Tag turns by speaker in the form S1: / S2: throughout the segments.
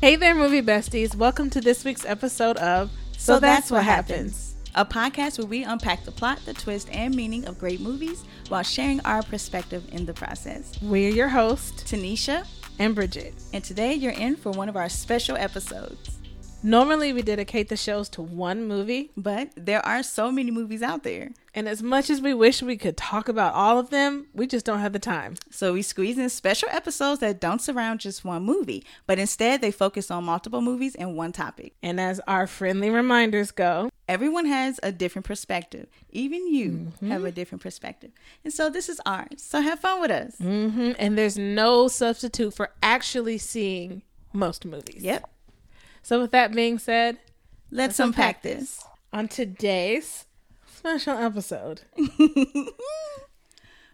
S1: Hey there, movie besties. Welcome to this week's episode of So, That's, What Happens.
S2: a podcast where we unpack the plot, the twist, and meaning of great movies while sharing our perspective in the process.
S1: We're your host
S2: Tanisha,
S1: and Bridget.
S2: and today you're in for one of our special episodes.
S1: Normally, we dedicate the shows to one movie,
S2: But there are so many movies out there,
S1: and as much as we wish we could talk about all of them, we just don't have the time.
S2: so we squeeze in special episodes that don't surround just one movie, but instead they focus on multiple movies and one topic.
S1: And as our friendly reminders go,
S2: Everyone has a different perspective. Even you
S1: Mm-hmm.
S2: have a different perspective. And so this is ours. So have fun with us.
S1: hmm and there's no substitute for actually seeing most movies.
S2: Yep.
S1: So, with that being said,
S2: Let's,
S1: unpack
S2: unpack this.
S1: on today's special episode,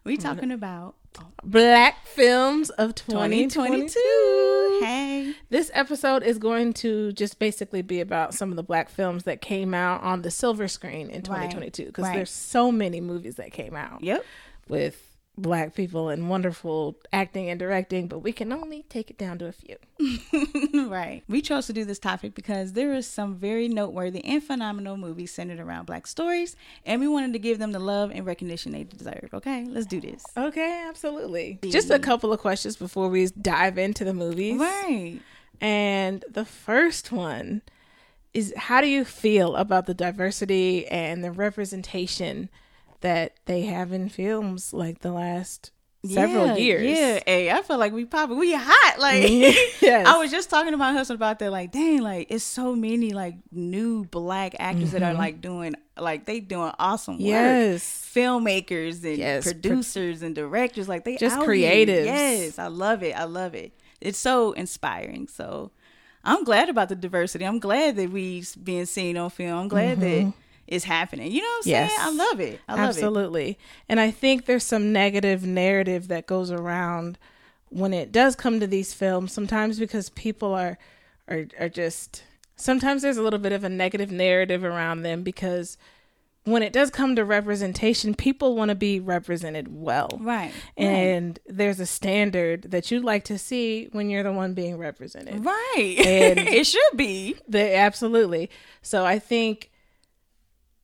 S2: we talking about
S1: Black Films of 2022.
S2: 2022. Hey.
S1: This episode is going to just basically be about some of the black films that came out on the silver screen in 2022 because
S2: right.
S1: there's so many movies that came out
S2: Yep.
S1: with black people and wonderful acting and directing, but we can only take it down to a few.
S2: right. We chose to do this topic because there are some very noteworthy and phenomenal movies centered around black stories, and we wanted to give them the love and recognition they deserve. Okay, let's do this.
S1: Okay, absolutely. Just a couple of questions before we dive into the movies.
S2: Right.
S1: And the first one is how do you feel about the diversity and the representation that they have in films like the last several
S2: Yeah,
S1: years?
S2: Yeah. Hey, I feel like we popping. We hot. Like
S1: Yes.
S2: I was just talking to my husband about that. Like, dang, like it's so many like new black actors that are like doing like they doing awesome work.
S1: Mm-hmm. Yes.
S2: filmmakers and
S1: Yes, pro-
S2: producers and directors. Like they
S1: Just
S2: out here.
S1: creatives.
S2: Yes, I love it. I love it. It's so inspiring. So I'm glad about the diversity. I'm glad that we've been seen on film. I'm glad that it's happening. You know what I'm
S1: Mm-hmm. Yes.
S2: saying? I love it. I love it.
S1: Absolutely. And I think there's some negative narrative that goes around when it does come to these films, sometimes because people are are are just sometimes there's a little bit of a negative narrative around them because when it does come to representation, people want to be represented well.
S2: Right.
S1: And there's a standard that you'd like to see when you're the one being represented.
S2: Right.
S1: And-
S2: it should be.
S1: They absolutely. So I think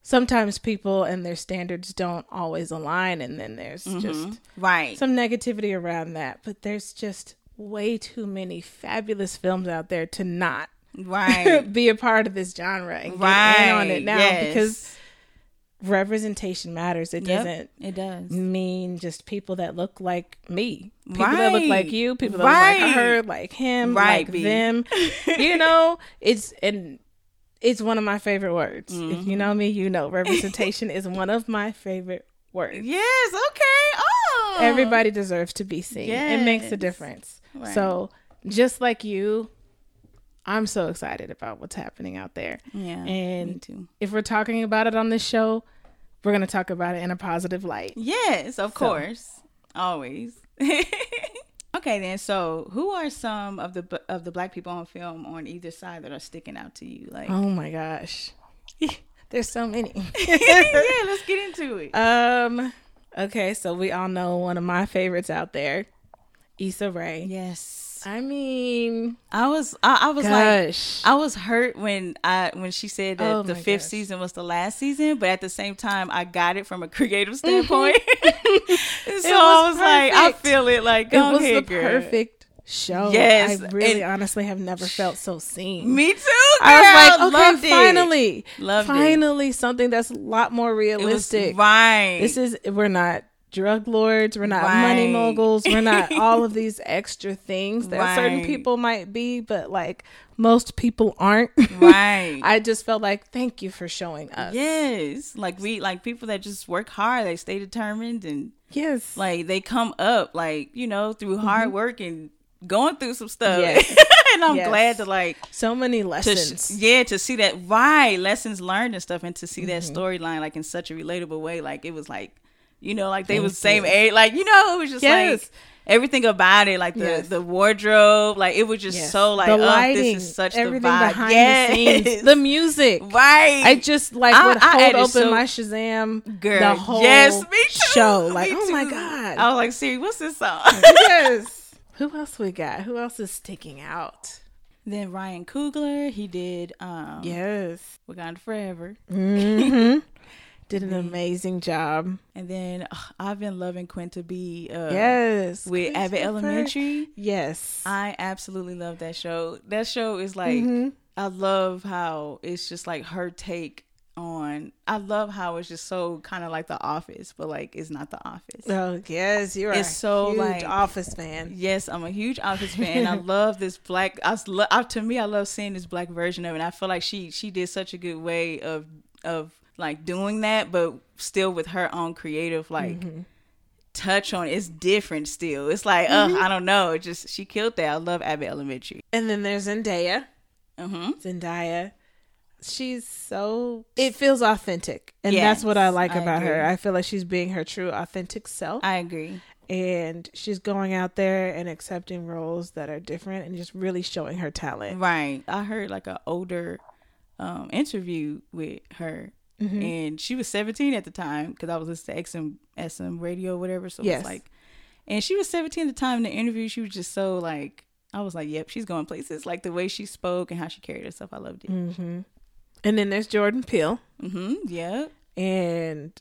S1: sometimes people and their standards don't always align, and then there's
S2: Mm-hmm.
S1: just
S2: Right.
S1: some negativity around that. But there's just way too many fabulous films out there to not
S2: right.
S1: be a part of this genre and
S2: right.
S1: get in on it now
S2: Yes.
S1: because representation matters. It
S2: Yep,
S1: doesn't
S2: It does.
S1: mean just people that look like me. People that look like
S2: Right.
S1: you, people that look
S2: Right.
S1: like her, like him,
S2: Right,
S1: like
S2: B.
S1: them. you know, it's and it's one of my favorite words. If you
S2: Mm-hmm.
S1: know me, you know representation is one of my favorite words.
S2: Yes. Okay. Oh.
S1: Everybody deserves to be seen. It makes a
S2: Yes.
S1: difference.
S2: Right.
S1: So, just like you, I'm so excited about what's happening out there.
S2: Yeah. me
S1: And
S2: too.
S1: if we're talking about it on this show, we're going to talk about it in a positive light.
S2: Yes, of course. Always. okay then. So, who are some of the bu- of the black people on film on either side that are sticking out to you? Like,
S1: Oh my gosh. There's so many.
S2: yeah, let's get into it.
S1: um okay, so we all know one of my favorites out there, Issa Rae.
S2: yes.
S1: I mean,
S2: I was I, I was like
S1: gosh.
S2: I was hurt when I when she said that
S1: Oh
S2: the
S1: my
S2: fifth
S1: gosh.
S2: season was the last season, but at the same time, I got it from a creative standpoint. so I was
S1: Mm-hmm. was
S2: like, I
S1: perfect.
S2: feel it like
S1: it
S2: go
S1: was
S2: ahead,
S1: the
S2: girl.
S1: perfect show.
S2: Yes,
S1: I really
S2: and-
S1: honestly have never felt so seen.
S2: Me too. Girl.
S1: I was like,
S2: Loved
S1: okay,
S2: it.
S1: finally.
S2: Loved it.
S1: finally something that's a lot more
S2: It was
S1: realistic.
S2: right.
S1: This is we're not drug lords, we're not money
S2: Right.
S1: moguls, we're not all of these extra things that certain
S2: Right.
S1: people might be, but like most people aren't.
S2: right.
S1: I just felt like thank you for showing us.
S2: yes, like we like people that just work hard. They stay determined and
S1: Yes.
S2: like they come up, like you know, through hard work and going through some stuff.
S1: Mm-hmm. Yes.
S2: and I'm
S1: Yes.
S2: glad to like
S1: so many
S2: to
S1: lessons.
S2: sh- yeah to see that right lessons learned and stuff and to see that
S1: Mm-hmm.
S2: storyline like in such a relatable way like it was like you know like they was same age like you know it was just
S1: Yes.
S2: like everything about it like the
S1: Yes.
S2: the wardrobe like it was just
S1: Yes.
S2: so like
S1: the
S2: oh,
S1: lighting,
S2: this is such
S1: everything
S2: the vibe
S1: behind
S2: yes.
S1: the scenes, the music.
S2: right
S1: I just like
S2: I-
S1: would
S2: I
S1: hold
S2: added
S1: open
S2: so-
S1: my Shazam
S2: girl
S1: the whole
S2: yes me too
S1: show. Like,
S2: me
S1: oh my
S2: too.
S1: god.
S2: I was like Siri what's this song
S1: yes. Who else we got? Who else is sticking out?
S2: Then Ryan Coogler, he did um,
S1: Yes.
S2: Wakanda Forever. Mm-hmm.
S1: hmm Did an amazing job.
S2: And then ugh, I've been loving Quinta B. Uh,
S1: yes.
S2: With
S1: Queen
S2: Abbott
S1: Jennifer.
S2: Elementary.
S1: Yes.
S2: I absolutely love that show. That show is like,
S1: Mhm.
S2: I love how it's just like her take on, I love how it's just so kind of like The Office, but like it's not The Office.
S1: Oh yes, you're
S2: It's
S1: a
S2: so,
S1: huge
S2: like-
S1: Office fan.
S2: Yes, I'm a huge Office fan. I love this black. I, s- lo- I to me, I love seeing this black version of it. And I feel like she she did such a good way of of like doing that, but still with her own creative like touch on. it. It's different still. It's like, ugh, I don't know. It just she killed that. I love Abbott Elementary.
S1: And then there's Zendaya.
S2: hmm
S1: Zendaya. She's so it feels authentic. And that's what I
S2: Yes,
S1: like
S2: I
S1: about her.
S2: agree.
S1: I feel like she's being her true authentic self
S2: I agree.
S1: and she's going out there and accepting roles that are different and just really showing her talent.
S2: Right. I heard like an older um, interview with her.
S1: Mm-hmm.
S2: And she was 17 at the time because I was listening to XM, SM radio, or whatever. So it
S1: Yes.
S2: was like, and she was 17 at the time in the interview. She was just so like, I was like, yep, she's going places. Like the way she spoke and how she carried herself, I loved it.
S1: Mm. And then there's Jordan Peele
S2: Mm-hmm. Yep.
S1: and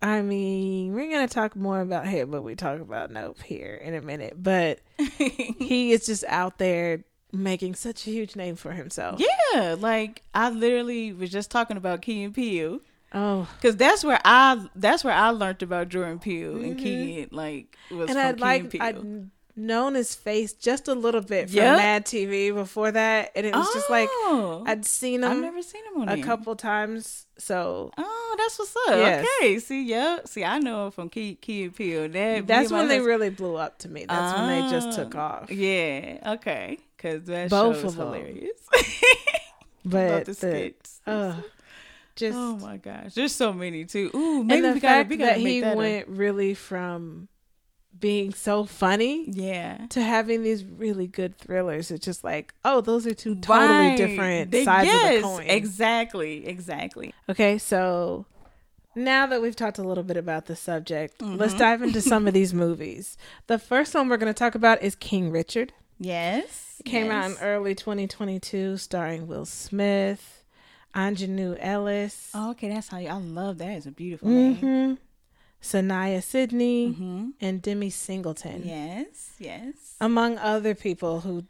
S1: I mean, we're going to talk more about him when we talk about Nope here in a minute, but he is just out there making such a huge name for himself.
S2: Yeah. Like I literally was just talking about Key and Peele.
S1: Oh,
S2: Cause that's where I that's where I learned about Jordan Peele and Keegan like was
S1: Mm-hmm. and
S2: from
S1: I'd
S2: Key
S1: like
S2: and Peele.
S1: I'd known his face just a little bit from
S2: Yep.
S1: Mad TV before that, and it was just like
S2: Oh.
S1: I'd seen
S2: I've
S1: him
S2: never seen him on
S1: a
S2: there.
S1: couple times. So
S2: Oh, that's what's up.
S1: Yes.
S2: Okay, see, yep. See, I know him from Key Key and Peele. That,
S1: that's when they
S2: really
S1: really blew up to me. That's when they just took off.
S2: Ah. yeah. Okay, because that
S1: Both
S2: show is
S1: of 'em.
S2: hilarious.
S1: But
S2: About the
S1: the,
S2: skits.
S1: uh, just
S2: oh my gosh, there's so many too. Ooh,
S1: and
S2: maybe
S1: the
S2: we gotta
S1: fact
S2: we gotta
S1: that
S2: make
S1: he
S2: that a-
S1: went really from being so funny
S2: yeah.
S1: to having these really good thrillers. It's just like, oh, those are two totally
S2: Right.
S1: different
S2: They-
S1: sides
S2: yes,
S1: of the coin.
S2: Exactly, exactly.
S1: Okay, so now that we've talked a little bit about the subject,
S2: Mm-hmm.
S1: let's dive into some of these movies. The first one we're going to talk about is King Richard.
S2: Yes.
S1: It came out in
S2: yes.
S1: early 2022, starring Will Smith, Anjanou Ellis,
S2: Oh, okay, that's how you. I love that. It's a beautiful name.
S1: hmm Sanaya Sidney,
S2: Mm-hmm.
S1: and Demi Singleton,
S2: Yes, yes.
S1: among other people who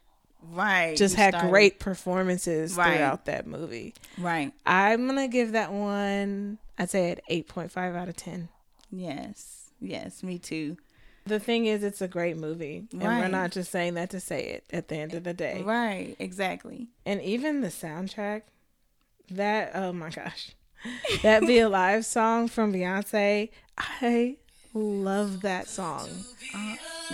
S2: Right.
S1: just
S2: you
S1: had
S2: started-
S1: great performances
S2: Right.
S1: throughout that movie.
S2: Right.
S1: I'm going to give that one, I'd say, an 8.5 out of 10.
S2: Yes. Yes, me too.
S1: The thing is, it's a great movie, and we're
S2: Right.
S1: not just saying that to say it. At the end of the day,
S2: Right, exactly.
S1: and even the soundtrack, that oh my gosh, that "Be Alive" song from Beyonce, I love that song,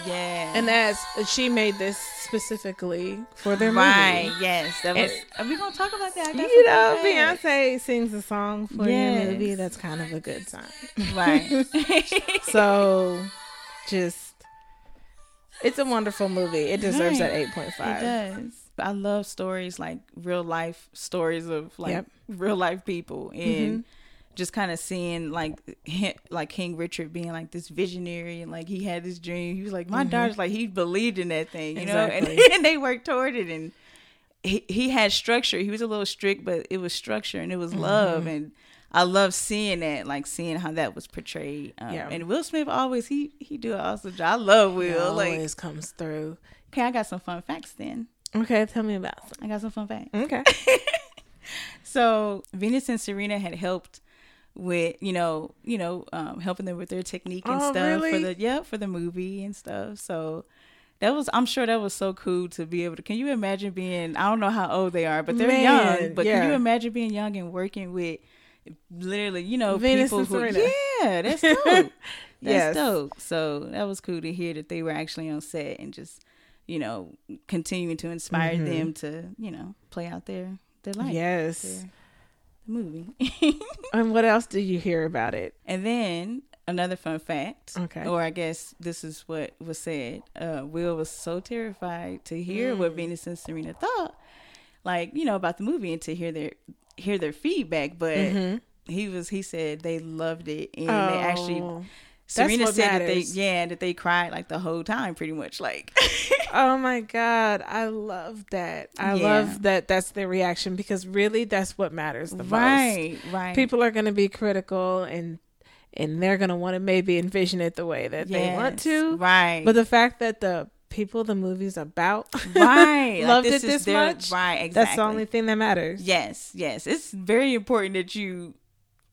S2: Yeah.
S1: and that's she made this specifically for their
S2: right,
S1: movie.
S2: yes. That was
S1: And-
S2: Are we going to talk about that. I got
S1: You know,
S2: something to add.
S1: Beyonce sings a song for
S2: Yes.
S1: your movie. That's kind of a good sign.
S2: Right.
S1: So, just it's a wonderful movie. It deserves
S2: Right.
S1: that eight point
S2: it
S1: five.
S2: does. I love stories like real life stories of like
S1: Yep. Mm-hmm.
S2: real life people and just kind of seeing like him, like King Richard being like this visionary and like he had this dream. He was like my daughter's like he believed in that thing, you know,
S1: Mm-hmm. Exactly.
S2: and, and they worked toward it and he he had structure. He was a little strict, but it was structure and it was
S1: Mm-hmm.
S2: love and. I love seeing that, like seeing how that was portrayed. Um,
S1: Yeah.
S2: And Will Smith always he he do an awesome job. I love Will. Like,
S1: always comes through.
S2: okay, I got some fun facts then.
S1: Okay, tell me about some.
S2: I got some fun facts.
S1: Okay.
S2: So Venus and Serena had helped with you know you know um, helping them with their technique and
S1: Oh,
S2: stuff for
S1: really?
S2: the yeah for the movie and stuff. So that was I'm sure that was so cool to be able to. Can you imagine being I don't know how old they are, but they're
S1: Man,
S2: young. But
S1: yeah.
S2: can you imagine being young and working with literally you know
S1: Venus
S2: people
S1: and
S2: who
S1: Serena.
S2: yeah that's dope. that's
S1: Yes.
S2: dope. So that was cool to hear that they were actually on set and just you know continuing to inspire
S1: Mm-hmm.
S2: them to you know play out their their life
S1: yes.
S2: the movie.
S1: And what else did you hear about it?
S2: and then another fun fact,
S1: Okay.
S2: or I guess this is what was said. Uh, Will was so terrified to hear
S1: Mm.
S2: what Venus and Serena thought, like you know about the movie, and to hear their hear their feedback. But he was he said they loved it, and they actually
S1: Mm-hmm. Oh,
S2: Serena
S1: what
S2: said that they
S1: matters.
S2: yeah that they cried like the whole time, pretty much like.
S1: Oh my God. I love that. I
S2: Yeah.
S1: love that that's their reaction because really that's what matters the most.
S2: right, right.
S1: People are going to be critical and and they're going to want to maybe envision it the way that they want
S2: Yes,
S1: to.
S2: Right.
S1: But the fact that the people the movie's about
S2: right.
S1: loved it
S2: this is
S1: this
S2: their-
S1: much,
S2: Right. Exactly.
S1: that's the only thing that matters.
S2: Yes, yes. It's very important that you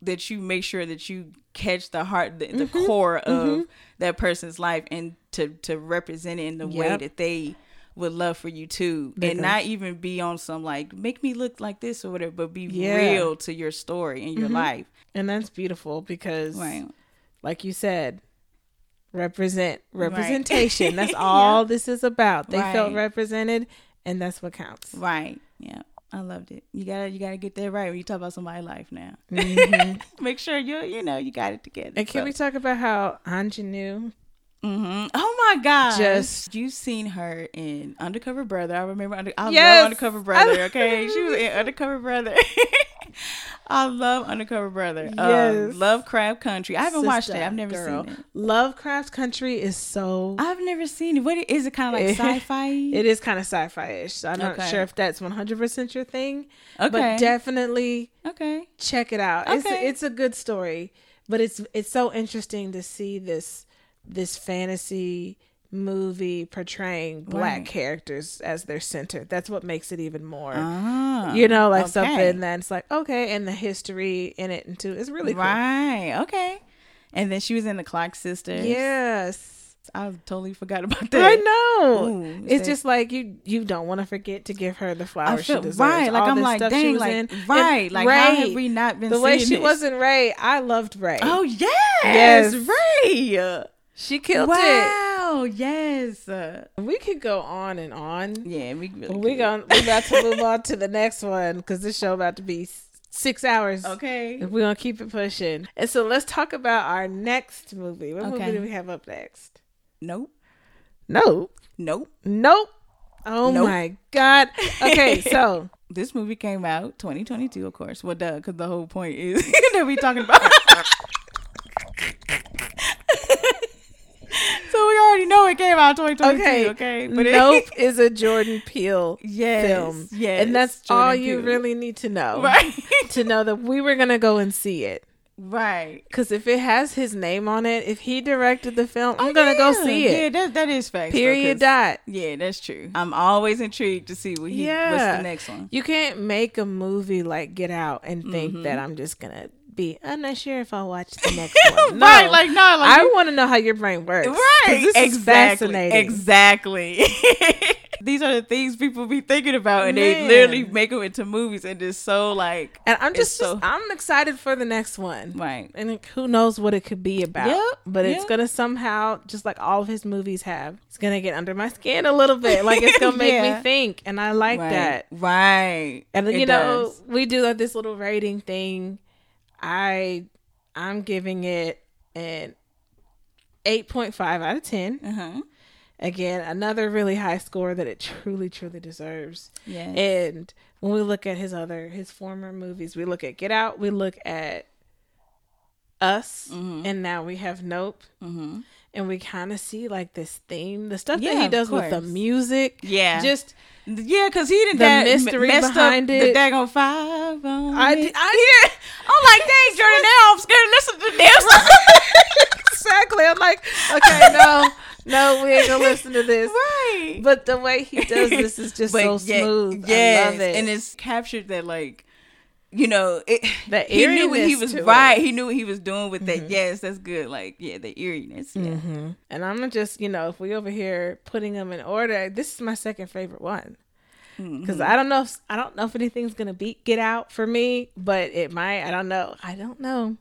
S2: that you make sure that you catch the heart the, the
S1: Mm-hmm,
S2: core of that person's life and to to represent it in the way
S1: Yep.
S2: that they would love for you too and
S1: Because-
S2: not even be on some like make me look like this or whatever but be
S1: Yeah. Mm-hmm.
S2: real to your story and your life
S1: And that's beautiful because
S2: right
S1: like you said, represent representation. That's all this is about. They felt
S2: Right.
S1: represented and that's what counts.
S2: right yeah i loved it you gotta you gotta get that right when you talk about somebody's life now make sure you you know you got it together
S1: Mm-hmm. And can
S2: So-
S1: we talk about how Anjanou?
S2: hmm Oh my God!
S1: Just-
S2: you seen her in Undercover Brother. I remember. Under, I
S1: Yes.
S2: love Undercover Brother. Okay, she was in Undercover Brother. I love Undercover Brother.
S1: Yes.
S2: Um, love Crab Country. I haven't watched it.
S1: Sister,
S2: I've never
S1: girl,
S2: seen it.
S1: Lovecraft Country is so.
S2: I've never seen it. What is it? Kind of like
S1: It-
S2: sci-fi.
S1: it is kind of sci-fi ish. So I'm not
S2: Okay.
S1: sure if that's 100 percent your thing,
S2: Okay.
S1: but definitely
S2: okay.
S1: check it out. It's
S2: Okay.
S1: it's a good story, but it's it's so interesting to see this this fantasy movie portraying black
S2: Right.
S1: characters as their center. That's what makes it even more.
S2: Ah,
S1: you know, like
S2: okay.
S1: something that's like okay, and the history in it and too. It's really cool.
S2: Right. Okay. And then she was in the Clock Sisters.
S1: Yes.
S2: I totally forgot about that.
S1: I know.
S2: Ooh, is
S1: it's
S2: that-
S1: just like you you don't want to forget to give her the
S2: I
S1: flowers she
S2: feel,
S1: deserves.
S2: right, like
S1: All
S2: I'm
S1: this
S2: like,
S1: stuff she
S2: dang,
S1: was
S2: like,
S1: in.
S2: right,
S1: And
S2: like, how have
S1: Ray,
S2: we not been
S1: the way
S2: seeing
S1: she
S2: this?
S1: was in Ray? I loved Ray.
S2: Oh yes,
S1: Yes.
S2: Ray.
S1: she killed
S2: Wow, yes. Uh,
S1: it. We could go on and on.
S2: yeah, we really
S1: We
S2: could.
S1: going we about to move on to the next one because this show about to be s- six hours.
S2: Okay.
S1: We're gonna keep it pushing. And so let's talk about our next movie. What
S2: Okay.
S1: movie do we have up next?
S2: Nope.
S1: Nope.
S2: Nope.
S1: Nope. Oh
S2: Nope.
S1: my god. Okay, so
S2: This movie came out 2022, of course. Well, duh, because the whole point is that we talking about. so we already know it came out 2022.
S1: okay,
S2: Okay.
S1: But
S2: it-
S1: nope is a Jordan Peele
S2: Yes,
S1: film.
S2: yes,
S1: and that's
S2: Jordan
S1: all you
S2: Peele.
S1: really need to know.
S2: Right.
S1: To know that we were gonna go and see it.
S2: right.
S1: Cause if it has his name on it, if he directed the film, I'm gonna go
S2: Oh, Yeah,
S1: see it.
S2: Yeah, that that is facts. though,
S1: Period.
S2: 'cause-
S1: Dot.
S2: Yeah, that's true. I'm always intrigued to see what he what's
S1: Yeah.
S2: the next one.
S1: You can't make a movie like Get Out and think
S2: Mm-hmm.
S1: that I'm just gonna be. I'm not sure if I'll watch the next one. No,
S2: Right, like no, like
S1: I want to know how your brain works. 'cause
S2: Right.
S1: this is fascinating.
S2: Exactly. These are the things people be thinking about,
S1: Man.
S2: and they literally make them into movies, and it's so like,
S1: And I'm just,
S2: It's so-
S1: just- I'm excited for the next one.
S2: right,
S1: And like, who knows what it could be about?
S2: Yep,
S1: But it's
S2: yep.
S1: gonna somehow, just like all of his movies have, it's gonna get under my skin a little bit. Like it's gonna make
S2: Yeah.
S1: me think, and I like
S2: right,
S1: that.
S2: right.
S1: And
S2: It
S1: you know,
S2: does.
S1: we do like this little rating thing. I I'm giving it an 8.5 out of 10.
S2: uh-huh.
S1: Again, another really high score that it truly truly deserves.
S2: yeah,
S1: And when we look at his other his former movies, we look at Get Out, we look at Us, and now we have Nope.
S2: mm-hmm.
S1: And we kind of see like this theme, the stuff
S2: Yeah,
S1: that he
S2: of
S1: does with the
S2: course.
S1: music.
S2: Yeah.
S1: Just
S2: yeah, because he didn't
S1: The
S2: that
S1: mystery
S2: messed
S1: behind
S2: up
S1: it.
S2: The daggone five. On
S1: I,
S2: it.
S1: I
S2: I'm like, dang, Jordan, now I'm scared. to Listen to this.
S1: exactly. I'm like, okay, no, no, we ain't gonna listen to this.
S2: right.
S1: But the way he does this is just so
S2: ye-
S1: smooth.
S2: Yes,
S1: I love it.
S2: and it's captured that like, you know, it,
S1: The
S2: he knew what he
S1: eeriness
S2: was
S1: to it. Mm-hmm.
S2: right. He knew what he was doing with that. Yes, that's good. Like, yeah, the eeriness. Yeah.
S1: and I'm just, you know, if we over here putting them in order, this is my second favorite one.
S2: Mm-hmm.
S1: Because I don't know, if, I don't know if anything's gonna beat Get Out for me, but it might. I don't know. I don't know.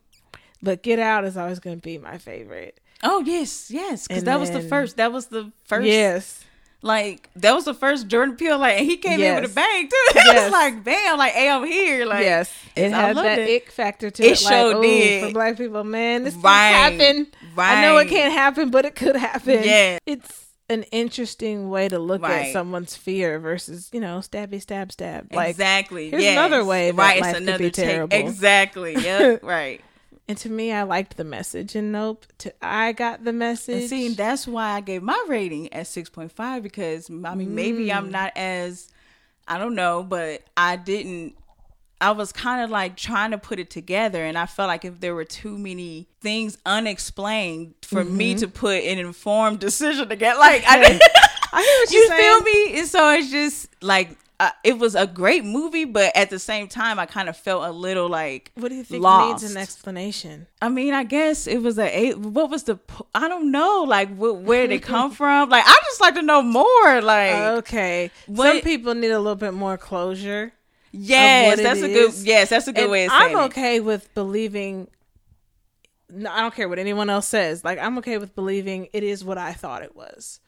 S1: But Get Out is always gonna be my favorite.
S2: Oh yes, yes, because
S1: And
S2: that was the
S1: then-
S2: first. That was the first.
S1: Yes,
S2: like that was the first Jordan Peele. Like, and he came in with
S1: Yes.
S2: a bang too. it
S1: Yes.
S2: was like, bam, like, hey, I'm here. Like,
S1: yes. It
S2: I
S1: had
S2: loved
S1: that
S2: it.
S1: ick factor to it.
S2: It
S1: like,
S2: sure
S1: ooh,
S2: did.
S1: For black people, man, this can
S2: Right,
S1: happen. I know it
S2: right.
S1: can't happen, but it could happen.
S2: Yeah.
S1: It's an interesting way to look at
S2: Right.
S1: someone's fear versus, you know, stabby, stab, stab. Like,
S2: exactly.
S1: here's
S2: yes.
S1: another way that
S2: Right,
S1: life
S2: it's
S1: could
S2: another
S1: be
S2: take.
S1: terrible.
S2: Exactly. Yep. right.
S1: And to me, I liked the message. And nope, to, I got the message.
S2: And see, that's why I gave my rating at 6.5 because I mean, maybe
S1: Mm.
S2: I'm not as, I don't know, but I didn't. I was kind of like trying to put it together, and I felt like if there were too many things unexplained for me
S1: Mm-hmm.
S2: to put an informed decision together, like I didn't.
S1: I hear what
S2: you
S1: you're
S2: feel me? And so it's just like uh, it was a great movie, but at the same time, I kind of felt a little like
S1: What do you think
S2: lost.
S1: needs an explanation?
S2: I mean, I guess it was a eight. What was the? po- I don't know. Like, wh- where they come from? Like, I just like to know more. Like,
S1: Okay. Some
S2: What-
S1: people need a little bit more closure.
S2: yes,
S1: it
S2: that's a
S1: is.
S2: good. Yes, that's a good
S1: And
S2: way of saying
S1: I'm
S2: it.
S1: okay with believing. No, I don't care what anyone else says. Like I'm okay with believing it is what I thought it was.